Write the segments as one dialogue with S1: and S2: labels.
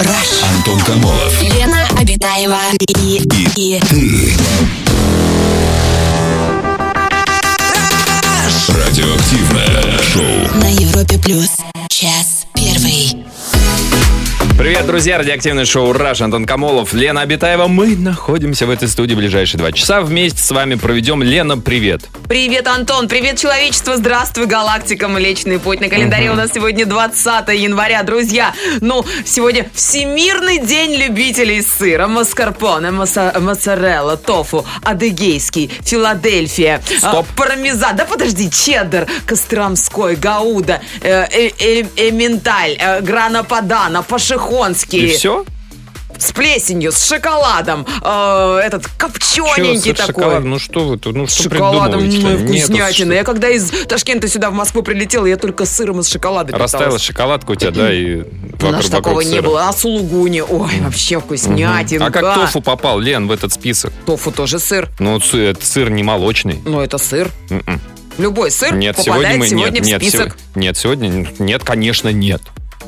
S1: Антон Камолов.
S2: Лена Обитаева и, и, и
S1: Ты. Радиоактивное шоу.
S2: на Европе плюс час первый.
S3: Привет, друзья! Радиоактивное шоу «Раш» Антон Камолов, Лена Абитаева. Мы находимся в этой студии в ближайшие два часа. Вместе с вами проведем. Лена, привет!
S4: Привет, Антон. Привет, человечество. Здравствуй, галактика Млечный Путь. На календаре у нас сегодня 20 января. Друзья, ну, сегодня Всемирный день любителей сыра. Маскарпоне, маса- моцарелла, тофу, адыгейский, Филадельфия.
S3: Стоп.
S4: а, пармезан. Да подожди, чеддер, костромской, гауда, э, э- э- эменталь, э, грана падана, пашихонский.
S3: И все?
S4: С плесенью, с шоколадом. э, этот копчененький такой.
S3: шоколад? Ну что вы тут? Ну
S4: С
S3: что
S4: шоколадом
S3: придумываете?
S4: ну,
S3: Нет, это
S4: вкуснятина.
S3: что?
S4: Я когда из Ташкента сюда в Москву прилетела, я только сыром из шоколада
S3: Растаяла
S4: питалась.
S3: шоколадка у тебя, да, и
S4: У
S3: вокруг,
S4: нас такого
S3: вокруг
S4: не
S3: сыра.
S4: было. А сулугуни, ой, вообще вкуснятинка.
S3: А как тофу попал, Лен, в этот список?
S4: Тофу тоже сыр.
S3: Ну, вот сы- этот сыр не молочный.
S4: Но это сыр.
S3: М-м.
S4: Любой сыр
S3: Нет, сегодня
S4: попадает
S3: мы...
S4: сегодня,
S3: нет, нет,
S4: в список.
S3: сего- нет, сегодня... Нет, конечно, нет.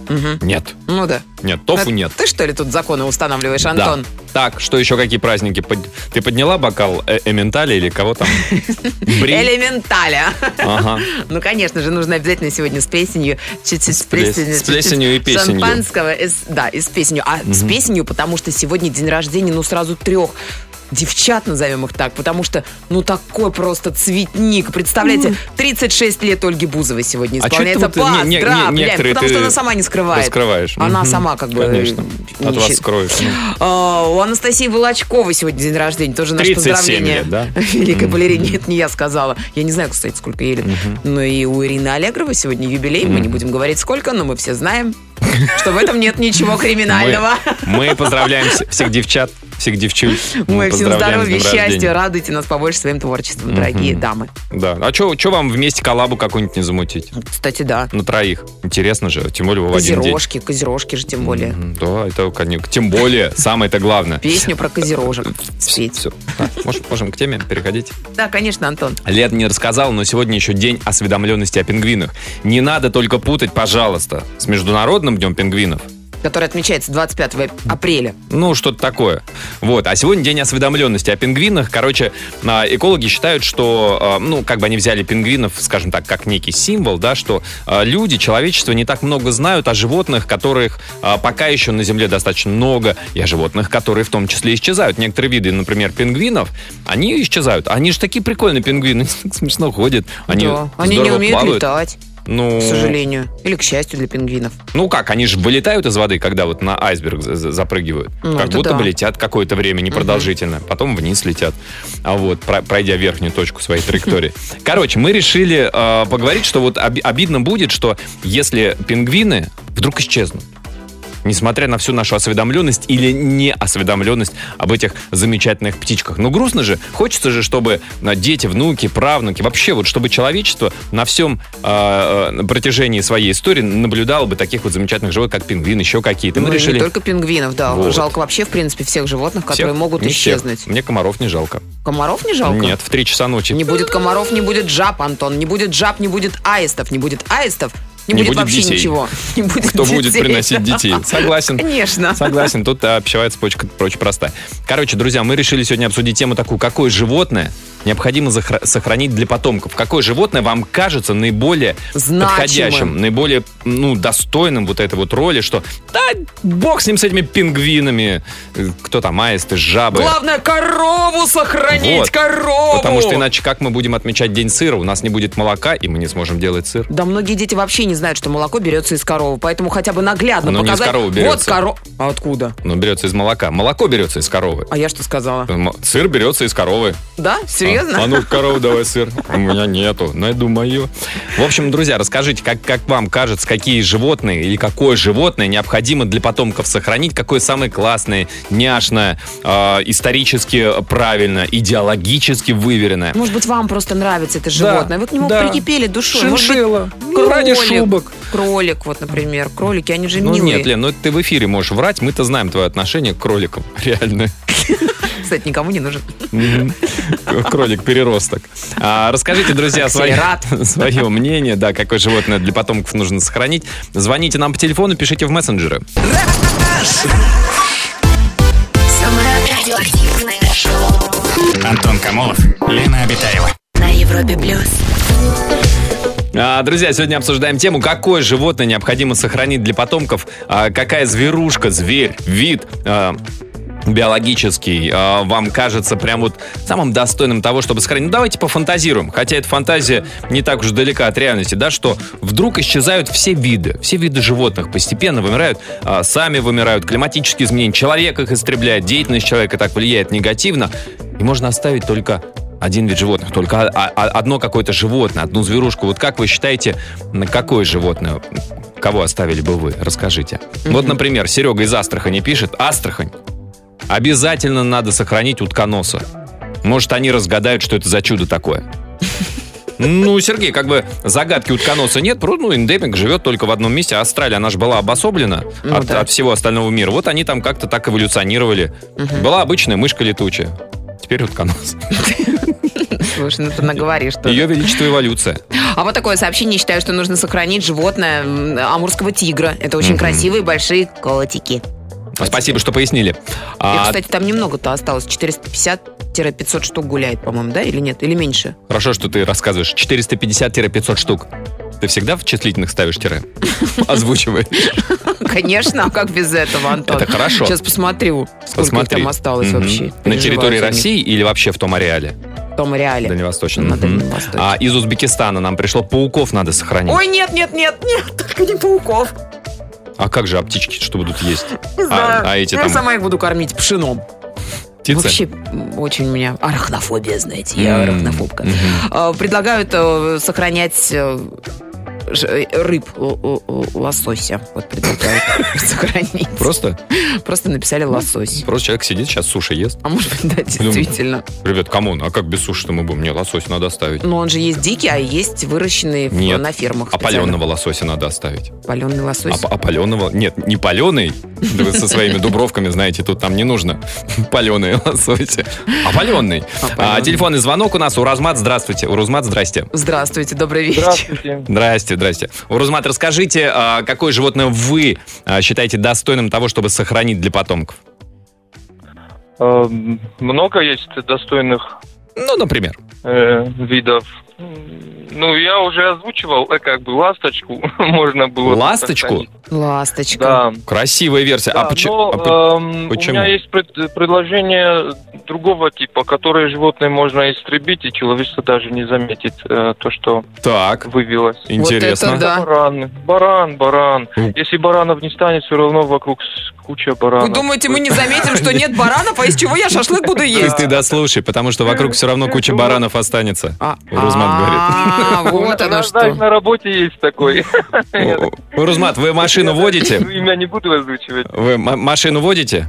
S4: Мгм.
S3: Нет.
S4: Ну да.
S3: Нет, тофу
S4: А
S3: нет.
S4: Ты что ли тут законы устанавливаешь,
S3: Да.
S4: Антон?
S3: Так, что еще какие праздники? Под- Ты подняла бокал э- эментали или кого там? Бри?
S4: Элементаля.
S3: Ага.
S4: Ну, конечно же, нужно обязательно сегодня с песенью, чуть-чуть с
S3: плес-
S4: плесенью,
S3: с
S4: чуть-чуть
S3: плесенью и песенью.
S4: Шампанского, и с- да, и с песенью. А с песенью, потому что сегодня день рождения, ну, сразу трех девчат, назовем их так, потому что, ну, такой просто цветник. Представляете, 36 лет Ольги Бузовой сегодня
S3: А чё это
S4: исполняется.
S3: вот не- не- не-
S4: Поздравляем,
S3: некоторые
S4: потому что
S3: ты
S4: она сама не скрывает.
S3: раскрываешь?
S4: Она
S3: Мгм.
S4: сама как бы...
S3: Конечно.
S4: не
S3: От вас
S4: щи-
S3: скроешь. ну.
S4: а, У Анастасии Волочковой сегодня день рождения. Тоже наше
S3: 37
S4: поздравление.
S3: лет, да?
S4: Великой балерине. Нет, не я сказала. Я не знаю, кстати, сколько ей лет. Но и у Ирины Аллегровой сегодня юбилей. Мы не будем говорить сколько, но мы все знаем, что в этом нет ничего криминального.
S3: Мы мы поздравляем вс- всех девчат, всех девчуль.
S4: Мы всем
S3: поздравляем с
S4: здоровья,
S3: днем
S4: счастья.
S3: рождения.
S4: Радуйте нас побольше своим творчеством, дорогие дамы.
S3: Да. А что вам вместе коллабу какую-нибудь не замутить?
S4: Кстати, да.
S3: На троих. Интересно же, тем более в один день.
S4: Козерожки, козерожки же тем более.
S3: М, Да, это конюк. Тем более, самое-то главное.
S4: Песню про козерожек спеть.
S3: Все. Можем к теме переходить.
S4: Да, конечно, Антон.
S3: Лет не рассказал, но сегодня еще день осведомленности о пингвинах. Не надо только путать, пожалуйста, с Международным днем пингвинов.
S4: Который отмечается 25 апреля.
S3: Ну, что-то такое. Вот. А сегодня день осведомленности о пингвинах. Короче, а, экологи считают, что, а, ну, как бы они взяли пингвинов, скажем так, как некий символ, да, что а, люди, человечество не так много знают о животных, которых а, пока еще на Земле достаточно много, и о животных, которые в том числе исчезают. Некоторые виды, например, пингвинов, они исчезают. Они же такие прикольные пингвины, так смешно ходят. Они,
S4: Да. Они не
S3: здорово
S4: умеют
S3: плавают.
S4: летать.
S3: Ну,
S4: к сожалению. Или, к счастью, для пингвинов.
S3: Ну как, они же вылетают из воды, когда вот на айсберг за- за- запрыгивают.
S4: Ну,
S3: как
S4: это
S3: будто
S4: да.
S3: бы летят какое-то время непродолжительно, потом вниз летят, а вот про- пройдя верхнюю точку своей траектории. Короче, мы решили э, поговорить, что вот оби- обидно будет, что если пингвины вдруг исчезнут, несмотря на всю нашу осведомленность или неосведомленность об этих замечательных птичках. Ну, грустно же. Хочется же, чтобы а, дети, внуки, правнуки, вообще вот, чтобы человечество на всем а, а, на протяжении своей истории наблюдало бы таких вот замечательных животных, как пингвин, еще какие-то. Мы
S4: Ну, и
S3: решили...
S4: Не только пингвинов, да.
S3: Вот.
S4: Жалко вообще, в принципе, всех животных,
S3: всех,
S4: которые могут
S3: не всех.
S4: исчезнуть.
S3: Мне комаров не жалко.
S4: Комаров не жалко?
S3: Нет, в 3 часа ночи.
S4: Не будет комаров, не будет жаб, Антон. Не будет жаб, не будет аистов. Не будет аистов, не,
S3: Не
S4: будет,
S3: будет
S4: вообще
S3: детей.
S4: ничего. Не будет
S3: Кто будет
S4: детей,
S3: приносить
S4: да.
S3: детей? Согласен.
S4: Конечно.
S3: Согласен, тут а, пищевая цепочка прочь простая. Короче, друзья, мы решили сегодня обсудить тему такую, какое животное необходимо захра- сохранить для потомков. Какое животное вам кажется наиболее
S4: Значимым.
S3: подходящим, наиболее ну, достойным вот этой вот роли, что да бог с ним, с этими пингвинами, э, кто там, аисты, жабы.
S4: Главное, корову сохранить,
S3: Вот.
S4: корову!
S3: Потому что иначе как мы будем отмечать День сыра? У нас не будет молока, и мы не сможем делать сыр.
S4: Да многие дети вообще не знают, что молоко берется из коровы, поэтому хотя бы наглядно
S3: Оно не из
S4: показать.
S3: коровы
S4: вот
S3: берется.
S4: корова. А откуда?
S3: Но Ну, берется из молока. Молоко берется из коровы.
S4: А я что сказала?
S3: М- Сыр берется из коровы.
S4: Да? Серьезно?
S3: А, а ну корову давай сыр. У меня нету. Найду мою. В общем, друзья, расскажите, как, как вам кажется, какие животные или какое животное необходимо для потомков сохранить, какое самое классное, няшное, э, исторически правильно, идеологически выверенное.
S4: Может быть, вам просто нравится это животное. Вы к нему
S3: да.
S4: прикипели душой. Может быть,
S3: Ну, ради
S4: кролик.
S3: шубок.
S4: Кролик, вот, например. Кролики, они же
S3: Ну
S4: милые.
S3: нет, Лен, ну это ты в эфире можешь врать, мы-то знаем твое отношение к кроликам, реально.
S4: Кстати, никому не нужен.
S3: Мгм. Кролик переросток. А, Расскажите, друзья, свои- свое мнение, да, какое животное для потомков нужно сохранить. Звоните нам по телефону, пишите в мессенджеры.
S2: Радиоактивное шоу
S5: Антон Камолов, Лена Обитаева.
S2: на Европе плюс.
S3: А, Друзья, сегодня обсуждаем тему, какое животное необходимо сохранить для потомков, а, какая зверушка, зверь, вид а, биологический а, вам кажется прям вот самым достойным того, чтобы сохранить. Ну, давайте пофантазируем, хотя эта фантазия не так уж далека от реальности, да, что вдруг исчезают все виды, все виды животных постепенно вымирают, а, сами вымирают, климатические изменения, человек их истребляет, деятельность человека так влияет негативно, и можно оставить только один вид животных, только о- о- одно какое-то животное, одну зверушку. Вот как вы считаете, на какое животное, кого оставили бы вы? Расскажите. Вот, например, Серега из Астрахани пишет, Астрахань, обязательно надо сохранить утконоса. Может, они разгадают, что это за чудо такое. Ну, Сергей, как бы загадки утконоса нет, просто, ну, эндемик живет только в одном месте. Австралия, она же была обособлена
S4: Ну
S3: от,
S4: да.
S3: от всего остального мира. Вот они там как-то так эволюционировали. Была обычная мышка летучая. Теперь утконос.
S4: Слушай, ну ты наговоришь что
S3: Ее величество эволюция.
S4: А вот такое сообщение. Считаю, что нужно сохранить животное м, амурского тигра. Это очень
S3: Мгм.
S4: красивые большие котики.
S3: Спасибо, что пояснили.
S4: И,
S3: А,
S4: кстати, там немного-то осталось. 450-500 штук гуляет, по-моему, да? Или нет? Или меньше?
S3: хорошо, что ты рассказываешь. 450-500 штук. Ты всегда в числительных ставишь тире? Озвучивай.
S4: Конечно, а как без этого, Антон?
S3: Это хорошо.
S4: Сейчас посмотрю, сколько их
S3: Посмотри.
S4: там осталось
S3: Мгм.
S4: вообще.
S3: На территории
S4: Переживают они
S3: России или вообще в том ареале?
S4: В том реале.
S3: Дальневосточном.
S4: На
S3: Мгм.
S4: Дальнем Востоке.
S3: А из Узбекистана нам пришло пауков надо сохранить.
S4: Ой, нет, нет, нет, нет, только не пауков.
S3: А как же, а птички что будут есть?
S4: Не
S3: А-
S4: знаю.
S3: а эти
S4: Я
S3: там-
S4: сама их буду кормить пшеном.
S3: Птицы?
S4: Вообще м, очень у меня арахнофобия, знаете, я
S3: М,
S4: арахнофобка.
S3: мгм.
S4: А, Предлагают э, сохранять э, ж- э, рыб, л- л- л- лосося. Вот предлагают сохранить.
S3: Просто, Ну.
S4: Просто написали лосось.
S3: просто человек сидит сейчас суши ест.
S4: А может быть,
S3: Ну.
S4: да, действительно.
S3: Ребят, камон, а как без суши-то мы будем? Мне лосось надо оставить.
S4: Но он же есть дикий, а есть выращенный в-
S3: Нет.
S4: на фермах.
S3: А
S4: специально.
S3: паленого лосося надо оставить.
S4: Паленый лосось.
S3: А, паленого? Нет, не паленый. Да вы со своими дубровками, знаете, тут нам не нужно паленые лососи. А паленый.
S4: палёный.
S3: А, телефонный звонок у нас. Урозмат, здравствуйте. Урозмат, здрасте.
S4: Здравствуйте, добрый вечер.
S6: Здравствуйте.
S3: Здрасте, здрасте. Урозмат, расскажите, а, какое животное вы а, считаете достойным того, чтобы сохранить для потомков?
S6: Эм, Много есть достойных
S3: Ну, например.
S6: э, видов. М, Ну, я уже озвучивал, э, как бы ласточку можно было. бы
S3: Ласточку?
S6: сохранить.
S4: Ласточка.
S6: Да.
S3: Красивая версия.
S6: Да,
S3: а поч-
S4: ну,
S6: но,
S4: э,
S3: а по-
S6: эм,
S3: почему?
S6: У меня есть пред- предложение другого типа, которое животное можно истребить, и человечество даже не заметит э, то, что
S3: Так,
S6: вывелось.
S3: интересно.
S4: это да.
S6: Баран, баран, баран.
S3: Ну.
S6: Если баранов не станет, все равно вокруг с- куча баранов.
S4: Вы думаете, мы не заметим, что нет баранов, а из чего я шашлык буду
S3: То есть
S4: есть?
S3: ты дослушай, потому что вокруг все равно куча баранов останется.
S4: А,
S3: Розман говорит.
S4: а, вот
S6: У
S4: оно
S6: нас, знаешь,
S4: что.
S6: на работе есть такой.
S3: Урозмат, вы машину водите?
S6: Ну, Имя не буду озвучивать,
S3: Вы м- машину водите?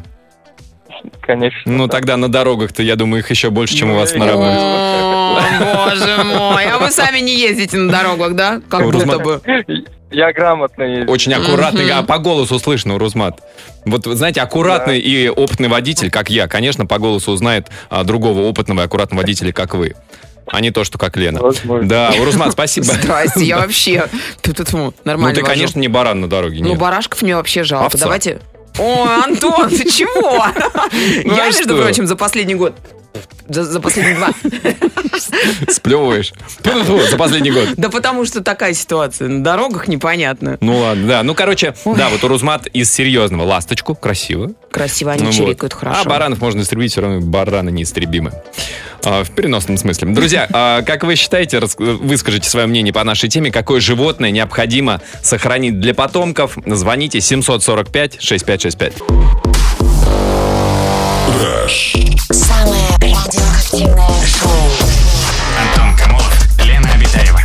S6: конечно.
S3: Ну, тогда на дорогах-то, я думаю, их еще больше, чем у вас на
S6: Ну,
S3: работе.
S4: О, боже мой, а вы сами не ездите на дорогах, да? Как будто
S3: Розман-
S4: бы.
S6: Я грамотно езжу.
S3: Очень аккуратный, а по голосу слышно, Рузмат. Вот, вы знаете, аккуратный и опытный водитель, как я, конечно, по голосу узнает а, другого опытного и аккуратного водителя, как вы. А не то, что как Лена.
S6: Возможно.
S3: Да, Рузмат, спасибо.
S4: типа, Здрасте, я вообще тут- тут, ну,
S3: Ну,
S4: нормально
S3: ты,
S4: вожу.
S3: конечно, не баран на дороге,
S4: Ну,
S3: нет.
S4: барашков мне вообще жалко.
S3: Овца.
S4: Давайте... Ой, Антон, ты чего?
S3: Ну,
S4: Я,
S3: а
S4: между
S3: что?
S4: прочим, за последний год... За, за последние два.
S3: Сплевываешь. Тьфу-тьфу-тьфу, За последний год.
S4: Да потому что такая ситуация. На дорогах непонятно.
S3: Ну ладно, да. Ну, короче, да, вот Рузмат из серьезного. Ласточку, красиво.
S4: Красиво они
S3: Ну вот.
S4: чирикают хорошо.
S3: А баранов можно истребить, все равно бараны неистребимы. А, в переносном смысле. Друзья, а, как вы считаете, рас- выскажите свое мнение по нашей теме, какое животное необходимо сохранить для потомков? Звоните 745-6565.
S2: Самое радиоактивное шоу.
S5: Антон Камолов, Лена Обитаева.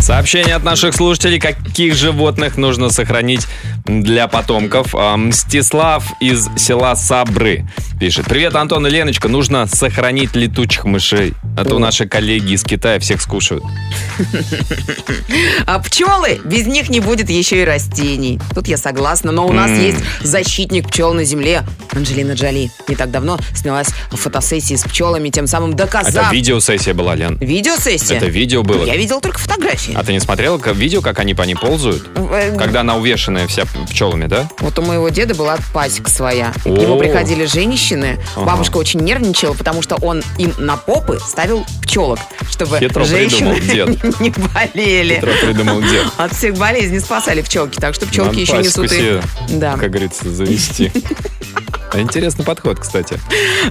S3: Сообщение от наших слушателей, каких животных нужно сохранить для потомков. А, Мстислав из села Сабры пишет. Привет, Антон и Леночка. Нужно сохранить летучих мышей, а то наши коллеги из Китая всех скушают.
S4: А пчелы, без них не будет еще и растений. Тут я согласна, но у нас
S3: М.
S4: есть защитник пчел на земле Анджелина Джоли. Не так давно снялась в фотосессии с пчелами, тем самым
S3: Это
S4: доказав...
S3: видеосессия была, Лен.
S4: Видеосессия?
S3: Это видео было.
S4: Я видел только фотографии.
S3: А ты не смотрела как- видео, как они по ней ползают?
S4: Э,
S3: Когда она увешанная вся пчелами, да?
S4: Вот у моего деда была пасека своя.
S3: О.
S4: К нему приходили женщины.
S3: Ага.
S4: Бабушка очень нервничала, потому что он им на попы ставил пчелок, чтобы
S3: Хитро
S4: женщины
S3: придумал
S4: не болели.
S3: Петро придумал дед.
S4: От всех болезней спасали пчелки, так что пчелки
S3: Надо
S4: еще
S3: пасеку
S4: несут и...
S3: себе,
S4: Да.
S3: как говорится, завести. А Интересный подход, кстати.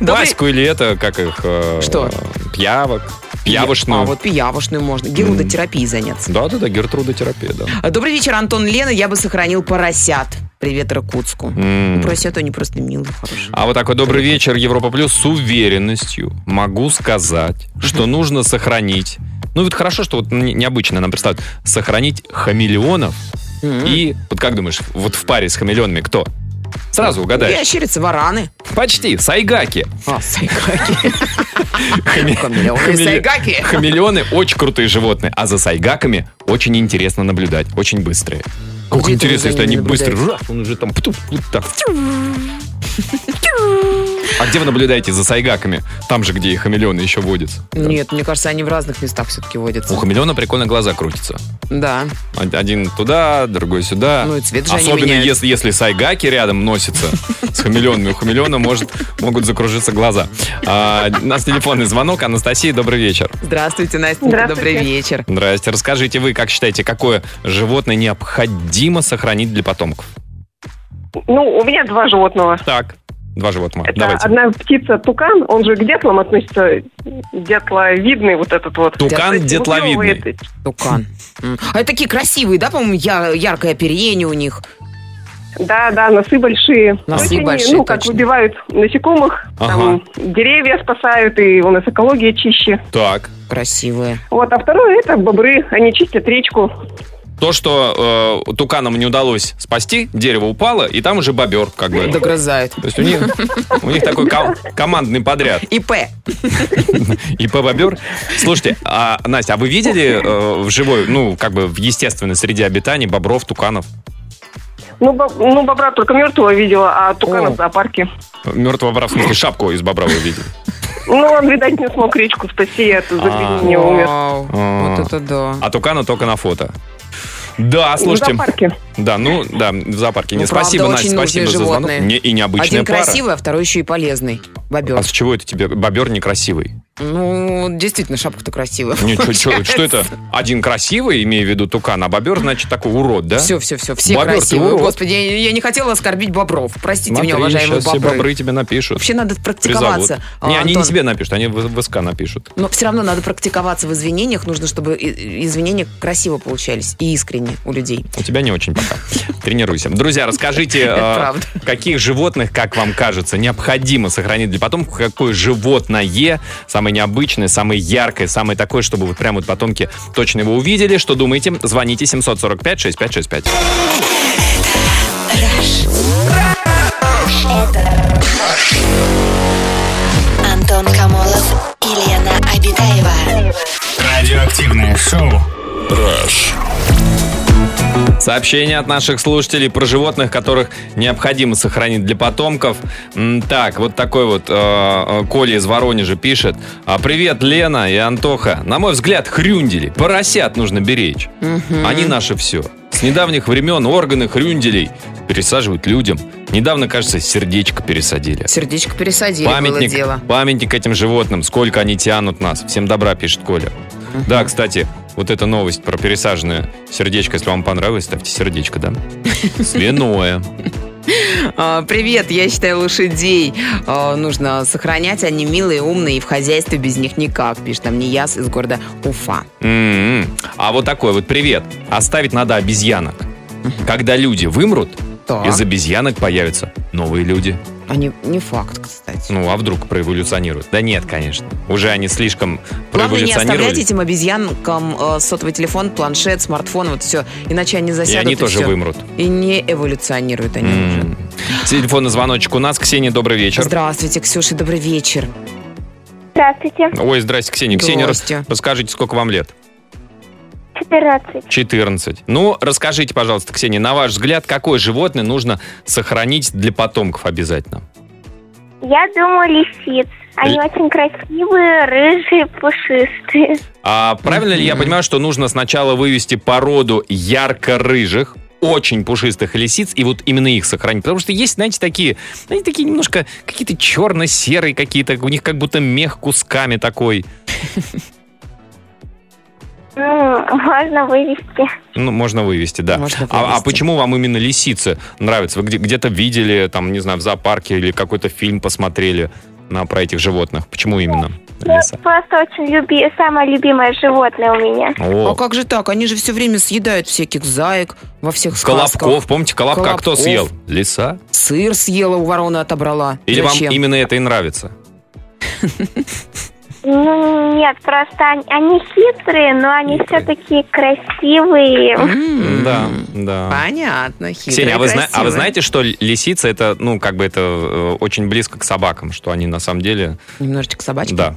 S4: Добрый-
S3: Паську или это, как их... э,
S4: Что?
S3: Пьявок.
S4: А
S3: Пьявошную.
S4: вот пиявушную можно. Герудотерапией заняться.
S3: Да-да-да, гертрудотерапия, да.
S4: А, Добрый вечер, Антон Лена. Я бы сохранил поросят. Привет, Иркутску.
S3: М.
S4: Поросят, они просто милые, хорошие.
S3: А вот такой добрый вечер, Европа Плюс, с уверенностью могу сказать, что нужно сохранить. Ну, вот хорошо, что вот не- необычно нам представят. Сохранить хамелеонов и, вот как думаешь, вот в паре с хамелеонами кто? Сразу угадай.
S4: Ящерицы, вараны.
S3: Почти, сайгаки.
S4: А, сайгаки.
S3: Хаме-
S4: Хамелеоны,
S3: хамеле-
S4: сайгаки.
S3: Хамелеоны очень крутые животные, а за сайгаками очень интересно наблюдать, очень быстрые. Как
S4: А Где это
S3: интересно,
S4: вы за
S3: если они
S4: ними
S3: быстро, раз, он уже там, пту, вот так. А где вы наблюдаете за сайгаками? Там же, где и хамелеоны еще водятся.
S4: Нет, мне кажется, они в разных местах все-таки водятся.
S3: У хамелеона прикольно глаза крутятся.
S4: Да.
S3: Один туда, другой сюда.
S4: Ну и цвет же они
S3: Особенно
S4: меняют.
S3: если, если сайгаки рядом носятся с хамелеонами. У хамелеона может, могут закружиться глаза. А, у нас телефонный звонок. Анастасия, добрый вечер.
S4: Здравствуйте, Настенька,
S7: Здравствуйте.
S4: добрый вечер.
S3: Здрасте. Расскажите вы, как считаете, какое животное необходимо сохранить для потомков?
S7: Ну, у меня два животного.
S3: Так, два животных.
S7: Это
S3: Давайте.
S7: одна птица тукан, он же к дятлам относится, дятловидный вот этот вот. То
S3: Тукан
S7: есть
S3: детловидный.
S7: выклевывает.
S4: Тукан. М. А это такие красивые, да, по-моему, я- яркое оперение у них.
S7: Да, да, носы большие.
S4: Носы
S7: То есть
S4: большие,
S7: Ну, как
S4: точно.
S7: убивают насекомых,
S3: Ага.
S7: там деревья спасают, и у нас экология чище.
S3: Так.
S4: Красивые.
S7: Вот, а второе это бобры, они чистят речку.
S3: То, что э, туканам не удалось спасти, дерево упало, и там уже бобер, как бы.
S4: Догрызают.
S3: То есть у них, у них такой ко- командный подряд.
S4: ИП.
S3: И бобер. Слушайте, а, Настя, а вы видели э, в живой, ну, как бы в естественной среде обитания бобров, туканов?
S7: Ну, боб- ну бобра только мертвого видела, а тукана
S4: О.
S7: в зоопарке.
S3: Мертвого бобра, в смысле, шапку из бобра вы видели?
S7: Ну, он, видать, не смог речку спасти от загрязнения умер.
S4: Вау,
S3: А.
S4: Вот это да.
S3: А тукана только на фото. Да,
S7: В
S3: слушайте.
S7: зоопарке.
S3: Да, ну, да, в зоопарке.
S4: Ну,
S3: Не,
S4: правда,
S3: спасибо, Настя,
S4: очень нужные
S3: спасибо за звонок.
S4: животные.
S3: Не, и необычная
S4: Один
S3: пара.
S4: красивый, а второй еще и полезный. Бобер.
S3: А с чего это тебе? Бобер некрасивый.
S4: Ну, действительно, шапка-то красивая.
S3: Не, чё- чё- что это? Один красивый, имея в виду тукан, а бобер, значит, такой урод, да?
S4: Все, все, все, все
S3: Бобер, ты
S4: красивые.
S3: урод.
S4: Господи, я, я не хотела оскорбить бобров. Простите
S3: Смотри,
S4: меня, уважаемые
S3: щас все
S4: бобры.
S3: бобры тебе напишут.
S4: Вообще надо
S3: Призовут.
S4: практиковаться. а,
S3: Не, они не
S4: Антон.
S3: тебе напишут, они в в СК напишут.
S4: Но все равно надо практиковаться в извинениях. Нужно, чтобы и- извинения красиво получались и искренне у людей.
S3: У тебя не очень пока. Тренируйся. Друзья, расскажите,
S4: Это
S3: э,
S4: правда.
S3: каких животных, как вам кажется, необходимо сохранить для потомков, какое животное самое необычное, самое яркое, самое такое, чтобы вот прям вот потомки точно его увидели. Что думаете? Звоните 745-6565.
S2: Антон Камолов и Лена Обитаева.
S5: Радиоактивное шоу.
S1: Rush.
S3: Сообщение от наших слушателей про животных, которых необходимо сохранить для потомков. М, Так, вот такой вот э, э, Коля из Воронежа пишет. «А, Привет, Лена и Антоха. На мой взгляд, хрюндели, поросят нужно беречь. Они наше все. С недавних времен органы хрюнделей пересаживают людям. Недавно, кажется, сердечко пересадили.
S4: Сердечко пересадили, было дело.
S3: Памятник, памятник этим животным, сколько они тянут нас. Всем добра, пишет Коля. Да, кстати, вот эта новость про пересаженное сердечко, если вам понравилось, ставьте сердечко, да? Свиное.
S4: А, Привет, я считаю лошадей. а, Нужно сохранять, они милые, умные, и в хозяйстве без них никак, пишет нам Нияс из города Уфа.
S3: М-м. А вот такой вот привет. Оставить надо обезьянок. Когда люди вымрут,
S4: Так.
S3: из обезьянок появятся новые люди.
S4: Они А не факт, кстати.
S3: Ну, а вдруг проэволюционируют? Да нет, конечно. Уже они слишком
S4: Главное, не оставлять
S3: проэволюционировали.
S4: этим обезьянкам э, сотовый телефон, планшет, смартфон, вот все. Иначе они
S3: И
S4: засядут.
S3: они тоже
S4: всё.
S3: вымрут.
S4: И не эволюционируют они уже.
S3: М. Телефонный звоночек у нас. Ксения, добрый вечер.
S4: Здравствуйте, Ксюша, добрый вечер.
S8: Здравствуйте,
S3: Ой, здрасте, Ксения. Ксения, рас-
S4: Здрасте.
S3: расскажите, сколько вам лет?
S8: 14.
S3: 14. Ну, расскажите, пожалуйста, Ксения, на ваш взгляд, какое животное нужно сохранить для потомков обязательно?
S8: Я думаю, лисиц. Они очень красивые, рыжие, пушистые.
S3: А правильно ли я
S4: Мгм.
S3: понимаю, что нужно сначала вывести породу ярко-рыжих, очень пушистых лисиц, и вот именно их сохранить? Потому что есть, знаете, такие, знаете, такие немножко какие-то черно-серые какие-то, у них как будто мех кусками такой.
S8: Ну, можно вывести.
S3: Ну, можно вывести, да.
S4: Можно
S3: А- А,
S4: вывести.
S3: почему вам именно лисицы нравятся? Вы где- где-то видели, там, не знаю, в зоопарке или какой-то фильм посмотрели на, про этих животных? Почему именно лиса?
S8: Я просто очень люби... самое любимое животное у меня.
S3: О,
S4: А как же так? Они же все время съедают всяких заек во всех сказках.
S3: Колобков, помните, Колобка кто
S4: Колобков.
S3: съел? Лиса?
S4: Сыр съела, у вороны отобрала.
S3: Или
S4: Зачем?
S3: вам именно это и нравится?
S8: Ну, нет, просто они, они хитрые, но они все-таки красивые.
S4: М,
S3: Да, да.
S4: М-м. Понятно,
S3: А.
S4: хитрые,
S3: Ксения, а вы, зна- а вы
S4: красивые.
S3: знаете, что лисица это, ну, как бы это э, очень близко к собакам, что они на самом деле,
S4: Немножечко собачки.
S3: да.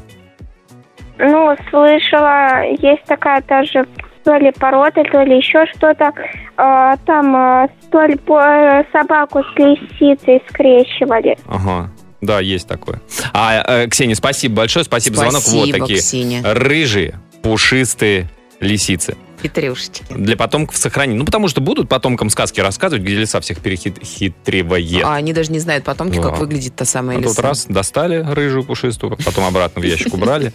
S8: Ну, слышала, есть такая тоже то ли порода, то ли еще что-то. А, там а, то ли по- э, собаку с лисицей скрещивали.
S3: Ага. Да, есть такое. А, э, Ксения, спасибо большое, спасибо, за звонок. Вот
S4: Спасибо,
S3: такие Э.
S4: Ксения.
S3: рыжие, пушистые лисицы.
S4: Хитрюшечки.
S3: Для потомков сохранить. Ну, потому что будут потомкам сказки рассказывать, где лиса всех перехитривает.
S4: А они даже не знают потомки,
S3: Да.
S4: как выглядит та самая
S3: А
S4: лиса.
S3: тут раз достали рыжую пушистую, потом обратно в ящик убрали.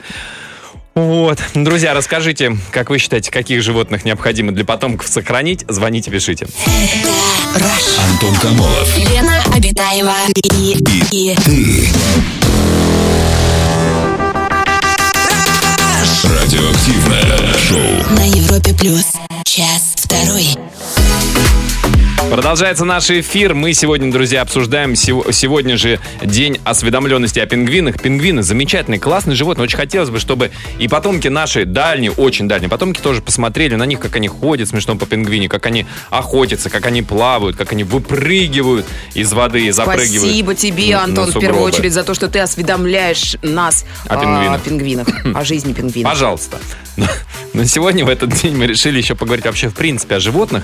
S3: Вот. Друзья, расскажите, как вы считаете, каких животных необходимо для потомков сохранить? Звоните, пишите.
S1: Антон Камолов.
S2: Лена Обитаева и, и,
S1: Радиоактивное шоу.
S2: на Европе плюс. Час второй.
S3: Продолжается наш эфир. Мы сегодня, друзья, обсуждаем сего- сегодня же день осведомленности о пингвинах. Пингвины замечательные, классные животные. Очень хотелось бы, чтобы и потомки наши дальние, очень дальние потомки тоже посмотрели на них, как они ходят смешно по пингвине, как они охотятся, как они плавают, как они выпрыгивают из воды, запрыгивают.
S4: Спасибо
S3: на-
S4: тебе,
S3: на
S4: Антон, в первую
S3: сугробы.
S4: очередь, за то, что ты осведомляешь нас
S3: О пингвинах.
S4: пингвинах, о жизни пингвинов.
S3: Пожалуйста. Но, но сегодня, в этот день, мы решили еще поговорить вообще, в принципе, о животных,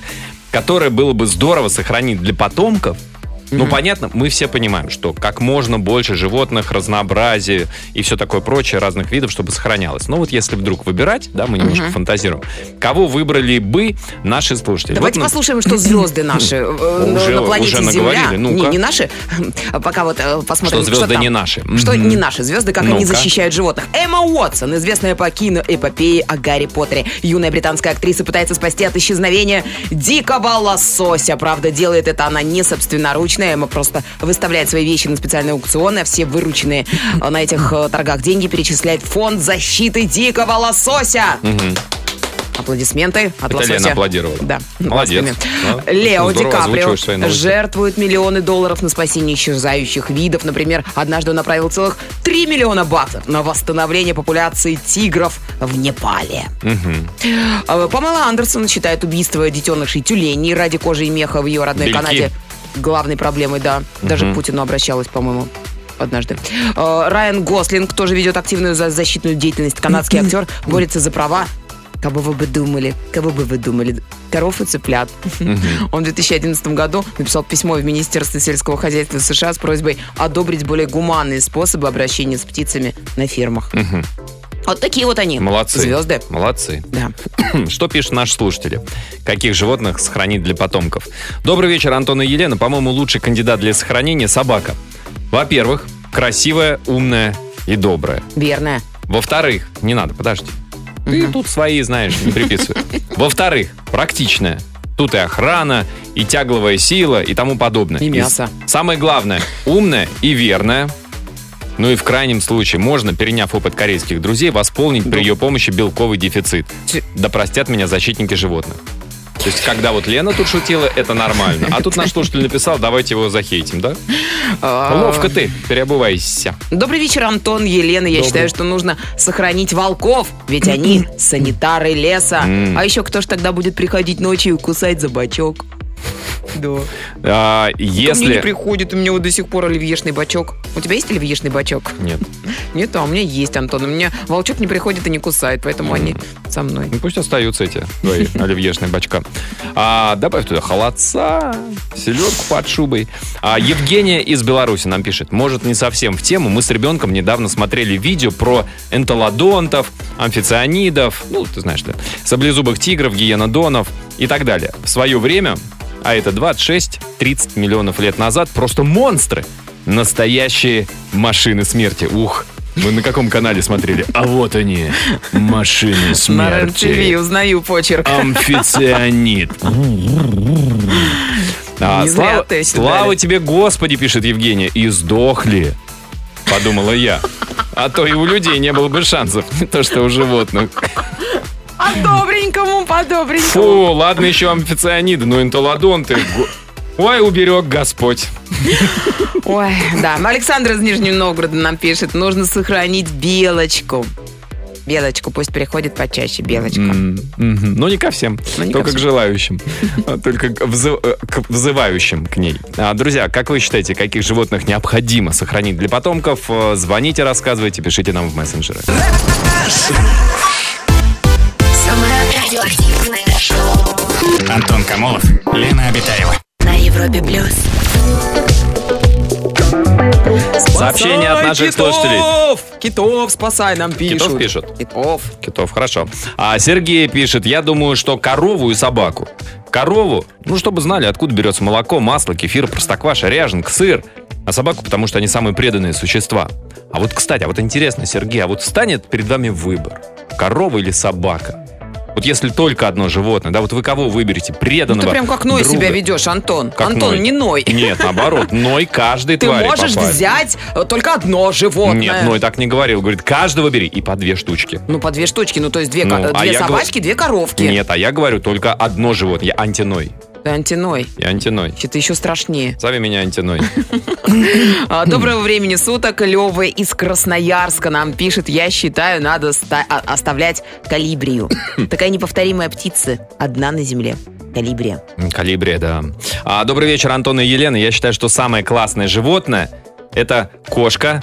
S3: которые было бы здорово сохранить для потомков. Ну, понятно, мы все понимаем, что как можно больше животных, разнообразие и все такое прочее разных видов, чтобы сохранялось. Но вот если вдруг выбирать, да, мы немножко фантазируем, кого выбрали бы наши слушатели?
S4: Давайте
S3: Вот, ну,
S4: послушаем, что звезды наши э,
S3: Уже-
S4: на планете
S3: уже
S4: Земля.
S3: наговорили, ну-ка.
S4: не, не наши. А Пока вот э, посмотрим,
S3: Что звезды
S4: там.
S3: не наши.
S4: Что
S3: Мгм.
S4: не наши звезды, как они
S3: Ну-ка.
S4: защищают животных. Эмма Уотсон, известная по киноэпопее о Гарри Поттере. Юная британская актриса пытается спасти от исчезновения дикого лосося. Правда, делает это она не собственноручно. Эмма просто выставляет свои вещи на специальные аукционы, а все вырученные э, на этих э, торгах деньги перечисляет в фонд защиты дикого лосося.
S3: Мгм.
S4: Аплодисменты от
S3: Это
S4: лосося.
S3: Лена аплодировала.
S4: Да.
S3: Молодец.
S4: Аплодисменты.
S3: Да.
S4: Лео Ди
S3: Здорово
S4: Каприо
S3: озвучиваешь свои новости.
S4: жертвует миллионы долларов на спасение исчезающих видов. Например, однажды он направил целых 3 миллиона баксов на восстановление популяции тигров в Непале.
S3: Мгм.
S4: А, Памела Андерсон считает убийство детенышей тюленей ради кожи и меха в ее родной
S3: Бельки.
S4: Канаде главной проблемой, да. Даже к Путину обращалась, по-моему, однажды. Э, Райан Гослинг тоже ведет активную за- защитную деятельность. Канадский актер борется за права Кого бы вы думали? Кого бы вы думали? Коров и цыплят. Он в 2011 году написал письмо в Министерство сельского хозяйства США с просьбой одобрить более гуманные способы обращения с птицами на фермах.
S3: Мгм.
S4: Вот такие вот они.
S3: Молодцы.
S4: Звезды.
S3: Молодцы.
S4: Да.
S3: Что пишут наши слушатели? Каких животных сохранить для потомков? Добрый вечер, Антон и Елена. По-моему, лучший кандидат для сохранения – собака. Во-первых, красивая, умная и добрая.
S4: Верная.
S3: Во-вторых, не надо, подожди. Ты тут свои, знаешь, не приписывай. Во-вторых, практичная. Тут и охрана, и тягловая сила, и тому подобное.
S4: И мясо.
S3: с- самое главное, умная и верная. Ну и в крайнем случае можно, переняв опыт корейских друзей, восполнить при ее помощи белковый дефицит.
S4: Ти-
S3: Да простят меня защитники животных. То есть, когда вот Лена тут шутила, это нормально. А тут наш слушатель написал, давайте его захейтим, да?
S4: А,
S3: Ловко ты, переобувайся.
S4: Добрый вечер, Антон, Елена. Я считаю, что нужно сохранить волков, ведь они санитары леса.
S3: М.
S4: А еще кто ж тогда будет приходить ночью и кусать за бочок? Да.
S3: А,
S4: Ко мне не
S3: если...
S4: приходит, у меня вот до сих пор оливьешный бачок. У тебя есть оливьешный бачок?
S3: Нет.
S4: Нет, а у меня есть, Антон. У меня волчок не приходит и не кусает, поэтому они со мной.
S3: Ну, пусть остаются эти твои оливьешные бачка. А, добавь туда холодца, селедку под шубой. А, Евгения из Беларуси нам пишет. Может, не совсем в тему. Мы с ребенком недавно смотрели видео про энтолодонтов, амфицианидов, ну, ты знаешь, да, саблезубых тигров, гиенодонов и так далее. В свое время, а это 26-30 миллионов лет назад, просто монстры. Настоящие машины смерти. Ух, вы на каком канале смотрели? А вот они, машины
S4: На РЕН-ТВ
S3: смерти.
S4: узнаю почерк.
S3: Амфицианид. А,
S4: Не зря
S3: слава,
S4: тестик
S3: слава
S4: дали.
S3: тебе, Господи, пишет Евгения. И сдохли, подумала я. А то и у людей не было бы шансов, не то что у животных.
S4: А добренькому, по добренькому.
S3: Фу, ладно еще амфицианиды, но энтолодонты. го- Ой, уберег Господь.
S4: Ой, да. Ну, Александр из Нижнего Новгорода нам пишет. Нужно сохранить белочку. Белочку, пусть приходит почаще белочка.
S3: М, мгм. Но не ко всем,
S4: Но не ко
S3: только к
S4: всем.
S3: желающим, а только к, взы- э, к взывающим к ней. А, друзья, как вы считаете, каких животных необходимо сохранить для потомков? Э, Звоните, рассказывайте, пишите нам в мессенджеры.
S2: Самое радиоактивное шоу
S5: Антон Камолов, Лена Обитаева.
S2: на Европе плюс.
S3: Сообщение от наших
S4: китов!
S3: слушателей.
S4: Китов, спасай, нам пишут.
S3: Китов пишут.
S4: Китов.
S3: Китов, хорошо. А Сергей пишет, я думаю, что корову и собаку. Корову, ну, чтобы знали, откуда берется молоко, масло, кефир, простокваша, ряженка, сыр. А собаку, потому что они самые преданные существа. А вот, кстати, а вот интересно, Сергей, а вот станет перед вами выбор. Корова или собака? Вот если только одно животное, да, вот вы кого выберете?
S4: Ну
S3: Преданного
S4: ты прям как Ной
S3: друга?
S4: себя ведешь, Антон.
S3: Как
S4: Антон,
S3: Ной?
S4: не Ной.
S3: Нет, наоборот, Ной каждой
S4: Ты
S3: твари
S4: можешь
S3: по паре.
S4: взять э, только одно животное.
S3: Нет, Ной так не говорил. Говорит, каждого бери и по две штучки.
S4: Ну, по две штучки, ну, то есть две,
S3: Ну,
S4: ко-
S3: а
S4: две
S3: я
S4: собачки, две коровки.
S3: Нет, а я говорю только одно животное. Я антиной.
S4: Да, антиной.
S3: Я антиной.
S4: Вообще-то еще страшнее.
S3: Зови меня антиной.
S4: А, Доброго времени суток. Лева из Красноярска нам пишет. Я считаю, надо ста- а- оставлять калибрию. Такая неповторимая птица. Одна на земле. Калибрия.
S3: Калибре, да. А, добрый вечер, Антон и Елена. Я считаю, что самое классное животное это кошка,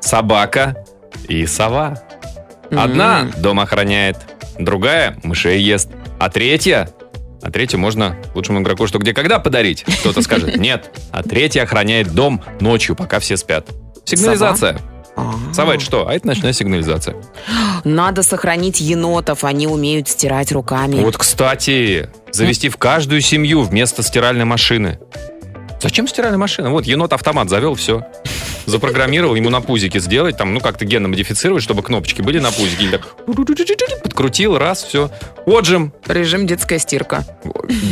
S3: собака и сова. Одна
S4: М.
S3: дом охраняет, другая мышей ест, а третья... А третью можно лучшему игроку что где когда подарить. Кто-то скажет нет. А третья охраняет дом ночью, пока все спят. Сигнализация.
S4: А.
S3: Сова это что? А это ночная сигнализация.
S4: Надо сохранить енотов. Они умеют стирать руками.
S3: Вот, кстати, завести в каждую семью вместо стиральной машины. Зачем стиральная машина? Вот, енот-автомат завел, все. Запрограммировал ему на пузике сделать, там, ну, как-то генно модифицировать, чтобы кнопочки были на пузике. Или так подкрутил, раз, все. Отжим.
S4: Режим детская стирка.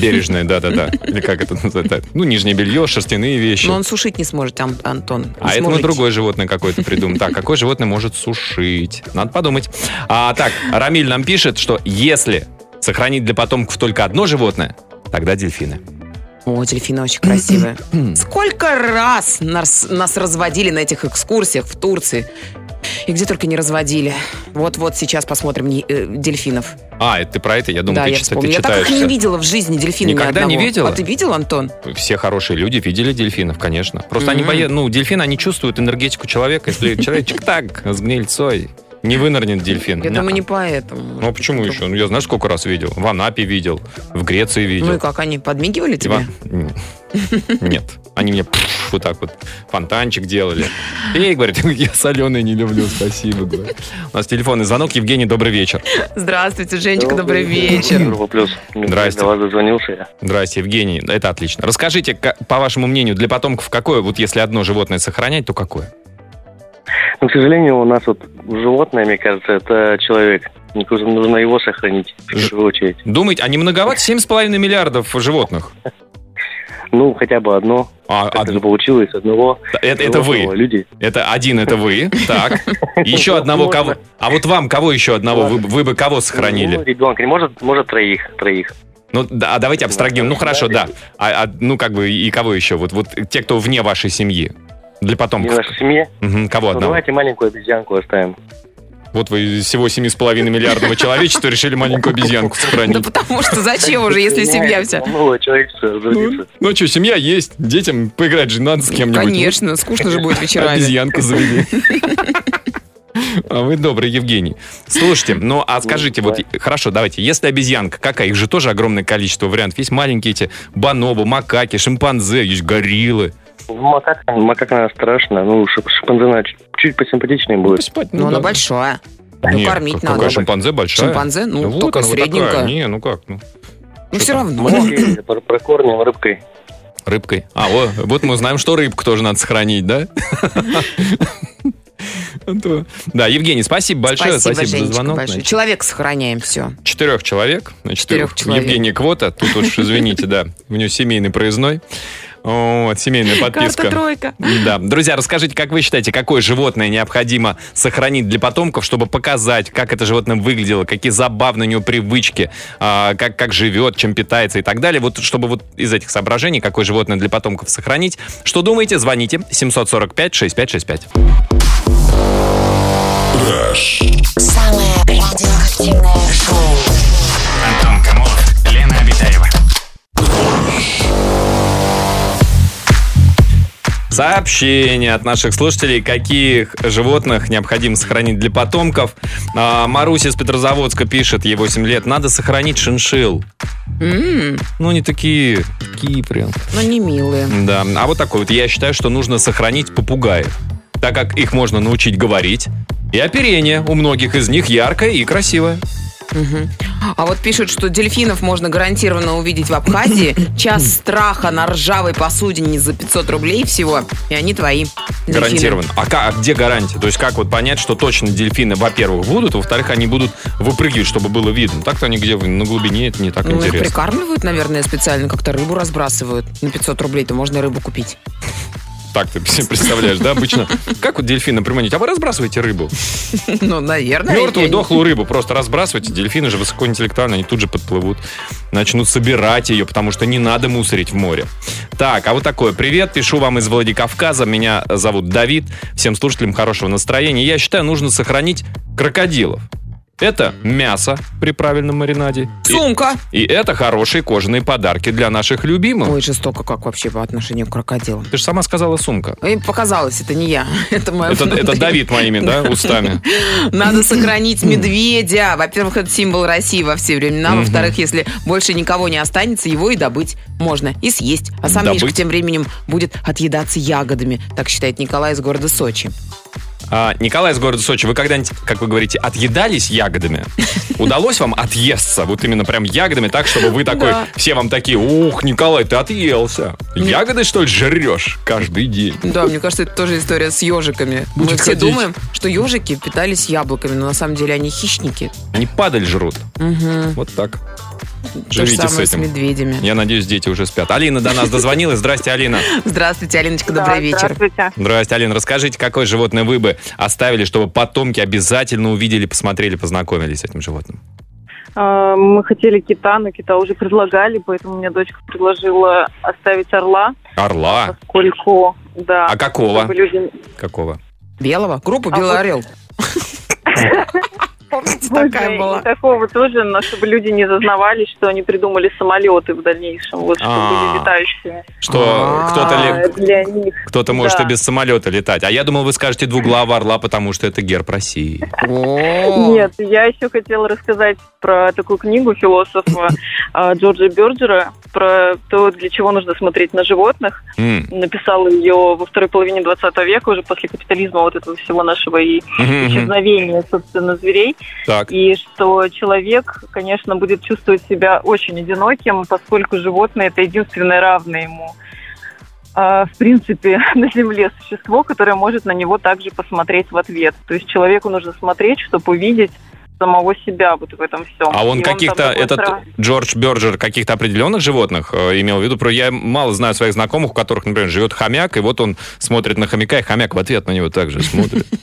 S3: Бережное, да-да-да. Или как это называется? Ну, нижнее белье, шерстяные вещи.
S4: Но он сушить не сможет, Ан- Антон. Не
S3: А это мы
S4: сможете.
S3: другое животное какое-то придумаем. Так, какое животное может сушить? Надо подумать. А, так, Рамиль нам пишет, что если сохранить для потомков только одно животное, тогда дельфины.
S4: О, дельфины очень красивые. Сколько раз нас, нас разводили на этих экскурсиях в Турции. И где только не разводили. Вот-вот сейчас посмотрим не- э, дельфинов.
S3: А, это ты про это? Я думал,
S4: да,
S3: ты,
S4: я
S3: чита- ты
S4: вспомнила. Я так
S3: читаешь.
S4: их не
S3: всё.
S4: видела в жизни дельфина ни
S3: Никогда не
S4: одного.
S3: видела?
S4: А ты видел, Антон?
S3: Все хорошие люди видели дельфинов, конечно. Просто они
S4: Мгм.
S3: боятся. Ну, дельфины, они чувствуют энергетику человека. Если человечек так, с гнильцой, не вынырнет дельфин.
S4: Я думаю,
S3: Ня.
S4: не Типа. поэтому.
S3: Ну, а почему еще? Ну, я знаешь, сколько раз видел? В Анапе видел, в Греции видел.
S4: Ну и как, они подмигивали тебе?
S3: Иван- Типа, М. Нет. Они мне пф, вот так вот фонтанчик делали. И говорит, я соленые не люблю, спасибо. говорит. У нас телефонный звонок. Евгений, добрый вечер.
S4: Здравствуйте, Женечка, добрый вечер.
S6: Европа Плюс.
S3: Здрасте.
S6: До вас дозвонился я.
S3: Здрасте, Евгений. Это отлично. Расскажите, ка- по вашему мнению, для потомков какое, вот если одно животное сохранять, то какое?
S6: Но, к сожалению, у нас вот животное, мне кажется, это человек. Мне кажется, нужно его сохранить в
S3: Ж-
S6: первую очередь.
S3: Думаете, а не многовато 7,5 миллиардов животных?
S6: Ну, хотя бы одно.
S3: А,
S6: Как
S3: од-
S6: же получилось одного.
S3: это, это
S6: животного.
S3: вы.
S6: Люди.
S3: Это один, это вы. Так. Еще одного кого. А вот вам кого еще одного? Вы, бы- вы бы кого
S6: Ну,
S3: сохранили?
S6: ребенка. Может, может троих. Троих.
S3: Ну, да, а давайте абстрагируем. Ну, хорошо, да. А, а, ну, как бы, и кого еще? Вот, вот те, кто вне вашей семьи. Для
S6: И в
S3: потомков.
S6: нашей семье.
S3: Мгм, кого
S6: Ну,
S3: Ну, одного?
S6: давайте маленькую обезьянку оставим.
S3: Вот вы из всего 7,5 миллиардного человечества решили маленькую обезьянку
S4: Да
S3: сохранить.
S4: потому что зачем уже, если семья вся?
S6: Новый ну, человек всё, разорится.
S3: Ну что, семья есть, детям поиграть же надо с кем-нибудь. Ну,
S4: Конечно, скучно же будет вечерами.
S3: Обезьянку завели. А вы добрый, Евгений. Слушайте, ну а скажите, вот хорошо, давайте, если обезьянка, какая? Их же тоже огромное количество вариантов. Есть маленькие эти бонобо, макаки, шимпанзе, есть гориллы.
S6: Макак, макак, наверное, страшно. Ну, шип- шимпанзе, наверное, чуть- чуть посимпатичнее будет.
S3: Поспать,
S4: Но она
S3: да.
S4: большая. Ну,
S3: Нет,
S4: кормить
S3: какая
S4: надо.
S3: шимпанзе большая?
S4: Шимпанзе, ну,
S3: вот
S4: только
S3: она вот
S4: средненькая.
S3: такая. Не, ну как, ну,
S4: Ну, все равно.
S6: Маленький, про- прокормим рыбкой.
S3: рыбкой. А, о, вот мы знаем, что рыбку тоже надо сохранить, да? А то- Да, Евгений, спасибо большое, спасибо за
S4: Женечка,
S3: звонок.
S4: большое.
S3: значит.
S4: Человек сохраняем, все.
S3: Четырех человек. Значит,
S4: Четырех
S3: у
S4: человек.
S3: Евгения Квота. Тут уж, извините, да. У нее семейный проездной. Вот, семейная подписка.
S4: тройка.
S3: Да. Друзья, расскажите, как вы считаете, какое животное необходимо сохранить для потомков, чтобы показать, как это животное выглядело, какие забавные у него привычки, а, как, как живет, чем питается и так далее. Вот чтобы вот из этих соображений, какое животное для потомков сохранить. Что думаете, звоните 745-6565.
S2: Самое радиоактивное шоу.
S5: Антон Камолов, Лена Обитаева.
S3: Сообщения от наших слушателей, каких животных необходимо сохранить для потомков. А, Маруся из Петрозаводска пишет, ей 8 лет, надо сохранить шиншил.
S4: Ну,
S3: Ну, не такие, такие прям.
S4: не милые.
S3: Да, а вот такой вот, я считаю, что нужно сохранить попугаев, так как их можно научить говорить. И оперение у многих из них яркое и красивое.
S4: Мгм. А вот пишут, что дельфинов можно гарантированно увидеть в Абхазии. Час страха на ржавой посудине за 500 рублей всего. И они твои. дельфины.
S3: Гарантированно. А, ка- а где гарантия? То есть как вот понять, что точно дельфины, во-первых, будут, во-вторых, они будут выпрыгивать, чтобы было видно. Так-то они где на глубине, это не так
S4: Ну, их
S3: интересно.
S4: прикармливают, наверное, специально. Как-то рыбу разбрасывают. На 500 рублей-то можно рыбу купить.
S3: Так ты себе представляешь, да, обычно? Как вот дельфина приманить? А вы разбрасываете рыбу.
S4: Ну, наверное.
S3: Мертвую,
S4: я не-
S3: дохлую рыбу просто разбрасывайте. Дельфины же высокоинтеллектуальные, они тут же подплывут. Начнут собирать ее, потому что не надо мусорить в море. Так, а вот такое. Привет, пишу вам из Владикавказа. Меня зовут Давид. Всем слушателям хорошего настроения. Я считаю, нужно сохранить крокодилов. Это мясо при правильном маринаде. И,
S4: Сумка.
S3: и это хорошие кожаные подарки для наших любимых.
S4: Ой, жестоко как вообще по отношению к крокодилам.
S3: Ты же сама сказала сумка.
S4: Им показалось, это не я. Это мое
S3: Это, это Давид моими, да, устами.
S4: Надо сохранить медведя. Во-первых, это символ России во все времена.
S3: Мгм.
S4: Во-вторых, если больше никого не останется, его и добыть можно, и съесть. А сам
S3: Добыть?
S4: Мишка тем временем будет отъедаться ягодами, так считает Николай из города Сочи.
S3: А, Николай из города Сочи, вы когда-нибудь, как вы говорите, отъедались ягодами? Удалось вам отъесться? Вот именно прям ягодами, так, чтобы вы такой,
S4: Да.
S3: все вам такие, ух, Николай, ты отъелся. Ягоды, что ли, жрешь каждый день?
S4: Да, мне кажется, это тоже история с ежиками. Мы
S3: Будет
S4: все
S3: ходить.
S4: думаем, что ежики питались яблоками, но на самом деле они хищники.
S3: Они падаль жрут.
S4: Мгм.
S3: Вот так.
S4: То же
S3: Живите с
S4: самое с
S3: этим.
S4: медведями.
S3: Я надеюсь, дети уже спят. Алина до нас дозвонилась. Здрасте, Алина.
S4: Здравствуйте, Алиночка, добрый
S7: Да,
S4: вечер.
S7: Здравствуйте.
S3: Здрасте, Алина. Расскажите, какое животное вы бы оставили, чтобы потомки обязательно увидели, посмотрели, познакомились с этим животным?
S7: Э, Мы хотели кита, но кита уже предлагали, поэтому мне дочка предложила оставить орла,
S3: Орла.
S7: поскольку, да,
S3: А какого?
S7: чтобы люди...
S3: Какого?
S4: Белого? Группа
S7: А
S4: «Белый
S7: вот-
S4: орел». Помните, такая
S7: и
S4: была?
S7: Такого тоже, но чтобы люди не зазнавались, что они придумали самолеты в дальнейшем, вот, чтобы
S3: А.
S7: были летающие.
S3: Что
S4: А.
S3: кто-то ли,
S7: А, Для них.
S3: Кто-то может
S7: Да.
S3: и без самолета летать. А я думал, вы скажете двуглава орла, потому что это герб России.
S4: О.
S7: Нет, я еще хотела рассказать про такую книгу философа э, Джорджа Берджера, про то, для чего нужно смотреть на животных.
S3: М.
S7: Написала ее во второй половине 20 века, уже после капитализма вот этого всего нашего и
S3: Мгм, мгм.
S7: исчезновения, собственно, зверей.
S3: Так.
S7: И что человек, конечно, будет чувствовать себя очень одиноким, поскольку животные – это единственное равное ему, а, в принципе, на Земле существо, которое может на него также посмотреть в ответ. То есть человеку нужно смотреть, чтобы увидеть самого себя вот в этом всем.
S3: А он
S7: И
S3: каких-то,
S7: там такой
S3: этот
S7: сразу-
S3: Джордж Берджер, каких-то определенных животных э, имел в виду? Про я мало знаю своих знакомых, у которых, например, живет хомяк, и вот он смотрит на хомяка, и хомяк в ответ на него также смотрит.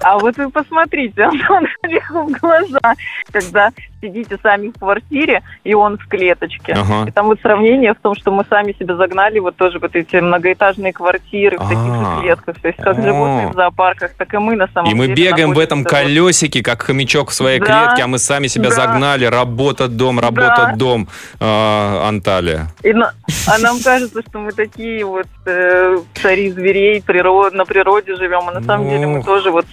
S7: А вот вы посмотрите, Антон, хомяку в глаза, когда сидите сами в квартире, и он в клеточке.
S3: Ага.
S7: И там вот сравнение в том, что мы сами себя загнали вот тоже вот эти многоэтажные квартиры в таких
S3: А.
S7: же клетках. То есть как
S3: О.
S7: животные в зоопарках, так и мы на самом
S3: И мы
S7: деле
S3: бегаем в
S7: находимся
S3: этом
S7: вот-
S3: колесике, как хомячок в своей
S7: Да.
S3: клетке, а мы сами себя
S7: Да.
S3: загнали. Работа, дом, работа,
S7: Да.
S3: дом, А, Анталия.
S7: И на- А нам кажется, что мы такие вот э, цари зверей, приро- на природе живем, а на самом
S3: Ну.
S7: деле мы тоже вот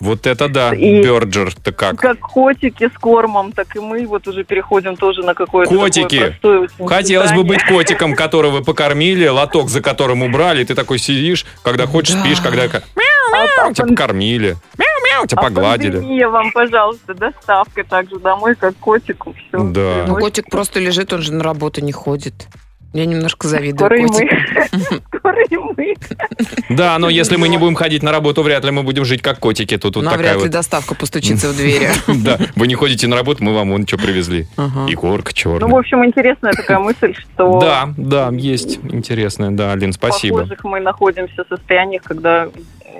S3: Вот это да,
S7: И-
S3: Берджер-то как.
S7: как котики с кормом, так и мы вот уже переходим тоже на какое-то такое
S3: Котики.
S7: простое очень
S3: Хотелось бы
S7: сочетание.
S3: быть котиком, которого покормили, лоток за которым убрали, и ты такой сидишь, когда хочешь,
S4: Да.
S3: спишь, когда ка-
S7: А,
S3: мяу, тебя
S7: пан-
S3: покормили, мяу-мяу, тебя
S7: а
S3: погладили.
S7: пандемия вам, пожалуйста, доставка также домой, как котику. Все.
S3: Да.
S4: Ну, котик просто лежит, он же на работу не ходит. Я немножко
S9: А
S4: завидую
S7: Скоро и мы.
S4: котику.
S7: Скоро и мы.
S3: Да, но если мы не будем ходить на работу, вряд ли мы будем жить как котики. Тут вот такая
S4: Ну, Навряд ли
S3: вот.
S4: доставка постучится в двери.
S3: Да, вы не ходите на работу, мы вам вон что привезли.
S4: Ага.
S3: Егорка
S7: Ну, в
S3: черная.
S7: общем, интересная такая мысль, что
S3: Да, да, есть интересное. Да, Алин,
S7: в
S3: спасибо.
S7: похожих мы находимся в состояниях, когда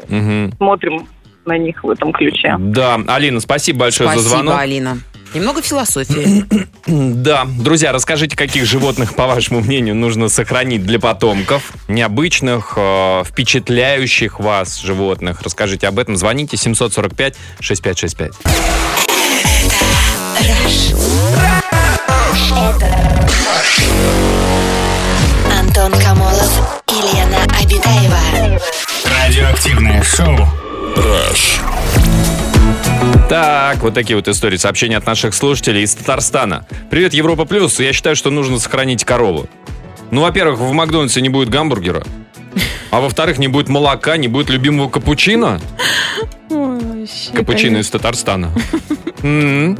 S3: Мгм.
S7: смотрим на них в этом ключе.
S3: Да, Алина, спасибо большое за звонок.
S4: Спасибо, Алина. Немного философии.
S3: Да, друзья, расскажите, каких животных, по вашему мнению, нужно сохранить для потомков, необычных, э, впечатляющих вас животных. Расскажите об этом. Звоните 745-6565.
S2: Антон Камолов и Лена Обитаева.
S5: Радиоактивное шоу.
S1: Rush.
S3: Так, вот такие вот истории, сообщения от наших слушателей из Татарстана. Привет, Европа Плюс. Я считаю, что нужно сохранить корову. Ну, во-первых, в Макдональдсе не будет гамбургера. А во-вторых, не будет молока, не будет любимого капучино. Капучино из Татарстана. М.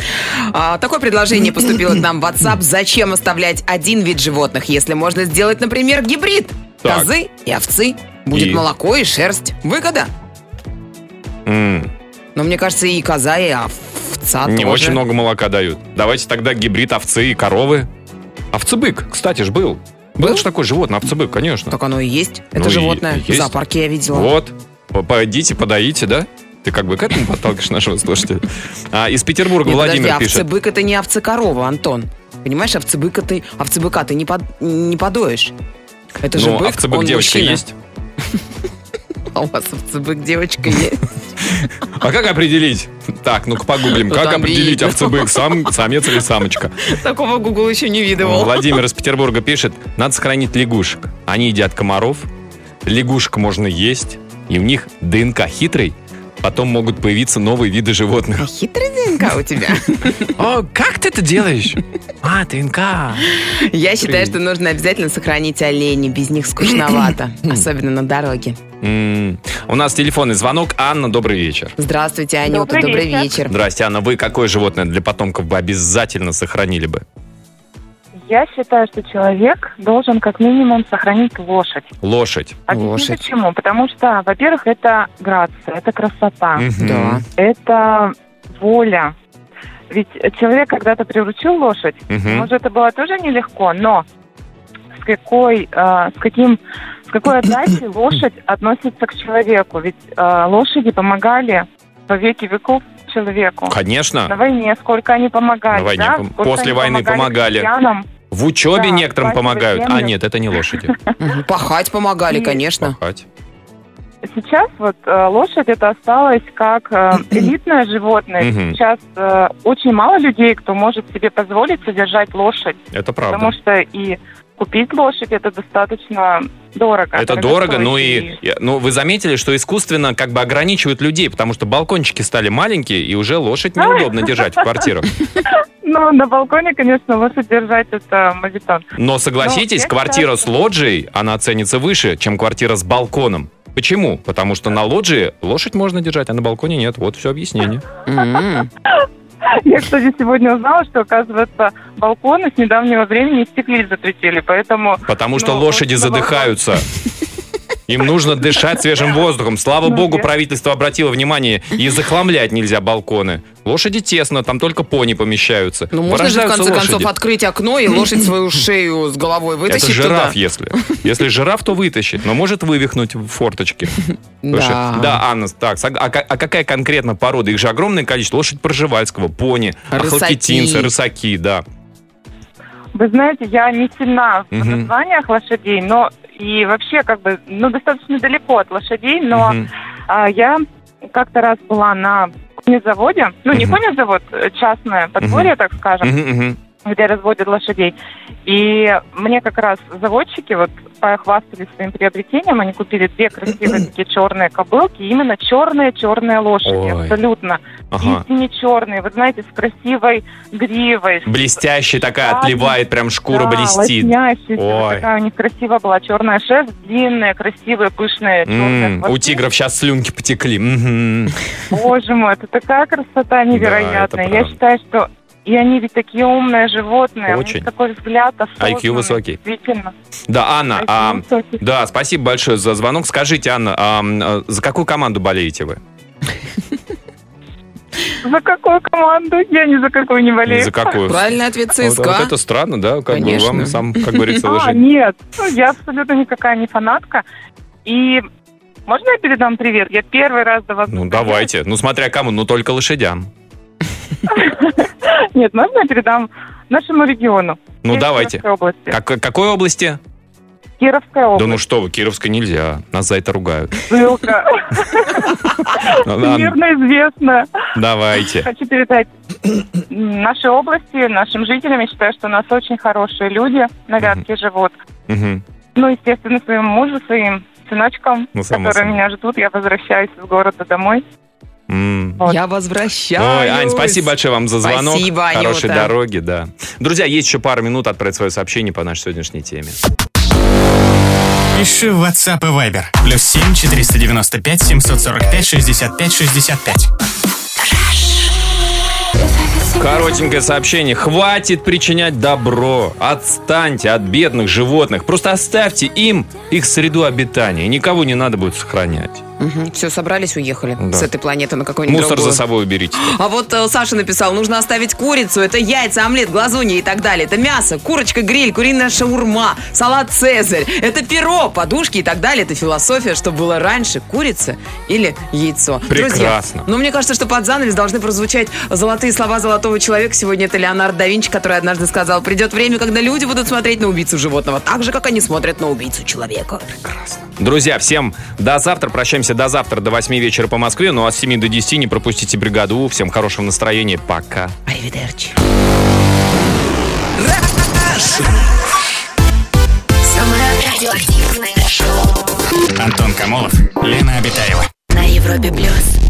S4: А, такое предложение поступило к нам в WhatsApp. Зачем оставлять один вид животных, если можно сделать, например, гибрид?
S3: Так.
S4: Козы и овцы. Будет
S3: И?
S4: молоко и шерсть. Выгода.
S3: М.
S4: Но мне кажется, и коза, и овца
S3: Не
S4: А тоже.
S3: очень много молока дают. Давайте тогда гибрид овцы и коровы. Овцебык, кстати же, был. Был же такое животное, овцебык, конечно.
S4: Так оно и есть. Это
S3: Ну и
S4: животное.
S3: есть.
S4: В зоопарке я видела.
S3: Вот, По- пойдите, подаите, да? Ты как бы к этому подталкиваешь нашего слушателя. А, из Петербурга
S4: Нет,
S3: Владимир
S4: подожди,
S3: пишет.
S4: овцебык это не овцекорова, Антон. Понимаешь, овцебыка ты, овцебыка ты не, под, не подоешь. Это же
S3: ну,
S4: бык,
S3: овцебык
S4: он
S3: девочка
S4: мужчина.
S3: есть.
S4: А у вас овцебык девочка есть.
S3: А как определить? Так, ну-ка погуглим.
S4: Ну,
S3: Как
S4: там
S3: определить
S4: видно.
S3: овцебык, сам, самец или самочка?
S4: Такого Google еще не видывал.
S3: Владимир из Петербурга пишет, надо сохранить лягушек. Они едят комаров, лягушек можно есть, и у них ДНК хитрый, потом могут появиться новые виды животных.
S4: А хитрый ДНК у тебя.
S3: О, как ты это делаешь? А, ДНК.
S4: Я считаю, что нужно обязательно сохранить оленей. Без них скучновато. Особенно на дороге.
S3: У нас телефонный звонок. Анна, добрый вечер.
S4: Здравствуйте, Анюта.
S7: Добрый
S4: Добрый
S7: вечер.
S4: вечер.
S3: Здрасте, Анна. Вы какое животное для потомков бы обязательно сохранили бы?
S9: Я считаю, что человек должен как минимум сохранить лошадь.
S3: Лошадь.
S9: Объясню
S4: Лошадь.
S9: почему. Потому что, во-первых, это грация, это красота,
S3: Мгм.
S4: Да.
S9: это воля. Ведь человек когда-то приручил лошадь,
S3: Мгм.
S9: может, это было тоже нелегко, но с какой, э, с каким, с какой отдачей лошадь относится к человеку? Ведь э, лошади помогали во веки веков человеку. На
S3: Конечно.
S9: войне сколько они помогали,
S3: На войне
S9: да?
S3: пом-
S9: Сколько
S3: после
S9: они
S3: войны помогали.
S9: крестьянам.
S3: В учебе
S9: Да,
S3: некоторым
S9: спасибо,
S3: помогают. А,
S9: землю.
S3: нет, это не лошади.
S4: Мгм. Пахать помогали,
S9: И-
S4: конечно.
S3: Пахать.
S9: Сейчас вот э, лошадь это осталось как э, элитное животное.
S3: Мгм.
S9: Сейчас э, очень мало людей, кто может себе позволить содержать лошадь,
S3: Это
S9: потому
S3: правда.
S9: что и купить лошадь это достаточно дорого.
S3: Это дорого, ну и, ну вы заметили, что искусственно как бы ограничивают людей, потому что балкончики стали маленькие, и уже лошадь неудобно держать в квартирах.
S9: Ну, на балконе, конечно, лошадь держать это мавитон.
S3: Но согласитесь,
S9: Ну, я
S3: квартира
S9: считаю,
S3: с
S9: что-
S3: лоджией, она ценится выше, чем квартира с балконом. Почему? Потому что на лоджии лошадь можно держать, а на балконе нет. Вот все объяснение.
S4: М-м.
S9: Я, кстати, сегодня узнала, что, оказывается, балконы с недавнего времени стекли запретили, поэтому
S3: Потому что
S9: Ну,
S3: лошади
S9: лошадь на
S3: задыхаются. Им нужно дышать свежим воздухом. Слава
S9: Ну,
S3: богу,
S9: да.
S3: правительство обратило внимание, и захламлять нельзя балконы. Лошади тесно, там только пони помещаются.
S4: Ну, можно же, в
S3: Вырождаются
S4: конце концов,
S3: лошади.
S4: открыть окно и лошадь свою шею с головой
S3: Это
S4: вытащить
S3: жираф,
S4: туда.
S3: если. Если жираф, то вытащит, но может вывихнуть в форточке. Слушай,
S4: Да.
S3: да, Анна, так, сог- а, ка- а какая конкретно порода? Их же огромное количество. Лошадь Проживальского, пони,
S4: Рысаки.
S3: ахалкитинцы, рысаки, да.
S9: Вы знаете, я не сильна в
S3: Мгм.
S9: названиях лошадей, но и вообще как бы, ну, достаточно далеко от лошадей, но
S3: Мгм.
S9: а, я как-то раз была на конезаводе, ну, не
S3: Мгм.
S9: конезавод, э, частное подворье, так скажем,
S3: Мгм, мгм.
S9: где разводят лошадей. И мне как раз заводчики вот похвастались своим приобретением. Они купили две красивые такие черные кобылки, именно черные-черные лошади,
S3: Ой.
S9: абсолютно.
S3: Ага.
S9: Истинно черные, вы знаете, с красивой гривой. с-
S3: Блестящая такая,
S9: Да,
S3: отливает, прям шкура
S9: да,
S3: блестит.
S9: лоснящиеся, вот
S3: Ой.
S9: такая у них красивая была черная шерсть, длинная, красивая, пышная. черная
S3: М,
S9: хвосты.
S3: у тигров сейчас слюнки потекли. Мгм.
S9: Боже мой, это такая красота невероятная.
S3: Да, это
S9: Я считаю, что и они ведь такие умные животные. У
S3: Очень. А
S9: них такой взгляд осознанный,
S3: высокий.
S9: Действительно.
S3: Да, Анна,
S9: IQ
S3: а,
S9: высокий.
S3: да, спасибо большое за звонок. Скажите, Анна, а, м, а, за какую команду болеете вы?
S9: За какую команду? Я ни за какую не болею.
S3: Ни За какую?
S4: Правильный ответ
S3: Вот, вот
S4: ЦСКА.
S3: это странно, да? Как бы
S4: Конечно.
S3: вам сам, как говорится,
S9: А,
S3: лошадь.
S9: нет, Ну, я абсолютно никакая не фанатка. И можно я передам привет? Я первый раз до вас...
S3: Ну,
S9: дозвонилась.
S3: давайте. Ну, смотря кому, но только лошадям.
S9: Нет, можно я передам нашему региону?
S3: Ну,
S9: Из
S3: давайте.
S9: Кировской области.
S3: Как, какой области?
S9: Кировская
S3: Да ну
S9: область.
S3: что вы, Кировской нельзя. Нас за это ругают.
S9: Ссылка.
S3: Ну, ладно,
S9: Всемирно известная.
S3: Давайте.
S9: Хочу передать нашей области, нашим жителям. Я считаю, что у нас очень хорошие люди на Вятке живут.
S3: Мгм.
S9: Ну, естественно, своему мужу, своим сыночкам,
S3: Ну, само
S9: которые
S3: собой.
S9: меня ждут. Я возвращаюсь из города домой.
S3: М.
S9: Вот.
S4: Я возвращаюсь.
S3: Ой, Ань, спасибо большое вам за звонок.
S4: Спасибо, Анюта.
S3: Хорошей дороги, да. Друзья, есть еще пару минут отправить свое сообщение по нашей сегодняшней теме.
S5: Пиши в WhatsApp и Viber. Плюс 7 495 745 65 65.
S3: Коротенькое сообщение. Хватит причинять добро. Отстаньте от бедных животных. Просто оставьте им их среду обитания. И Никого не надо будет сохранять.
S4: Все, собрались, уехали
S3: Да.
S4: с этой планеты на какой-нибудь
S3: Мусор
S4: другую.
S3: за собой уберите.
S4: А вот э, Саша написал, нужно оставить курицу, это яйца, омлет, глазунья и так далее. Это мясо, курочка, гриль, куриная шаурма, салат «Цезарь». Это перо, подушки и так далее. Это философия, что было раньше, курица или яйцо. Друзья,
S3: Прекрасно.
S4: но мне кажется, что под занавес должны прозвучать золотые слова золотого человека. Сегодня это Леонардо да Винчи, который однажды сказал, придет время, когда люди будут смотреть на убийцу животного, так же, как они смотрят на убийцу человека.
S3: Друзья, всем до завтра. Прощаемся до завтра, до 8 вечера по Москве. Ну а с 7 до 10 не пропустите бригаду. У. Всем хорошего настроения. Пока.
S4: Аривидерчи.
S2: Самое радиоактивное шоу
S5: Антон Камолов, Лена Обитаева.
S2: на Европе плюс.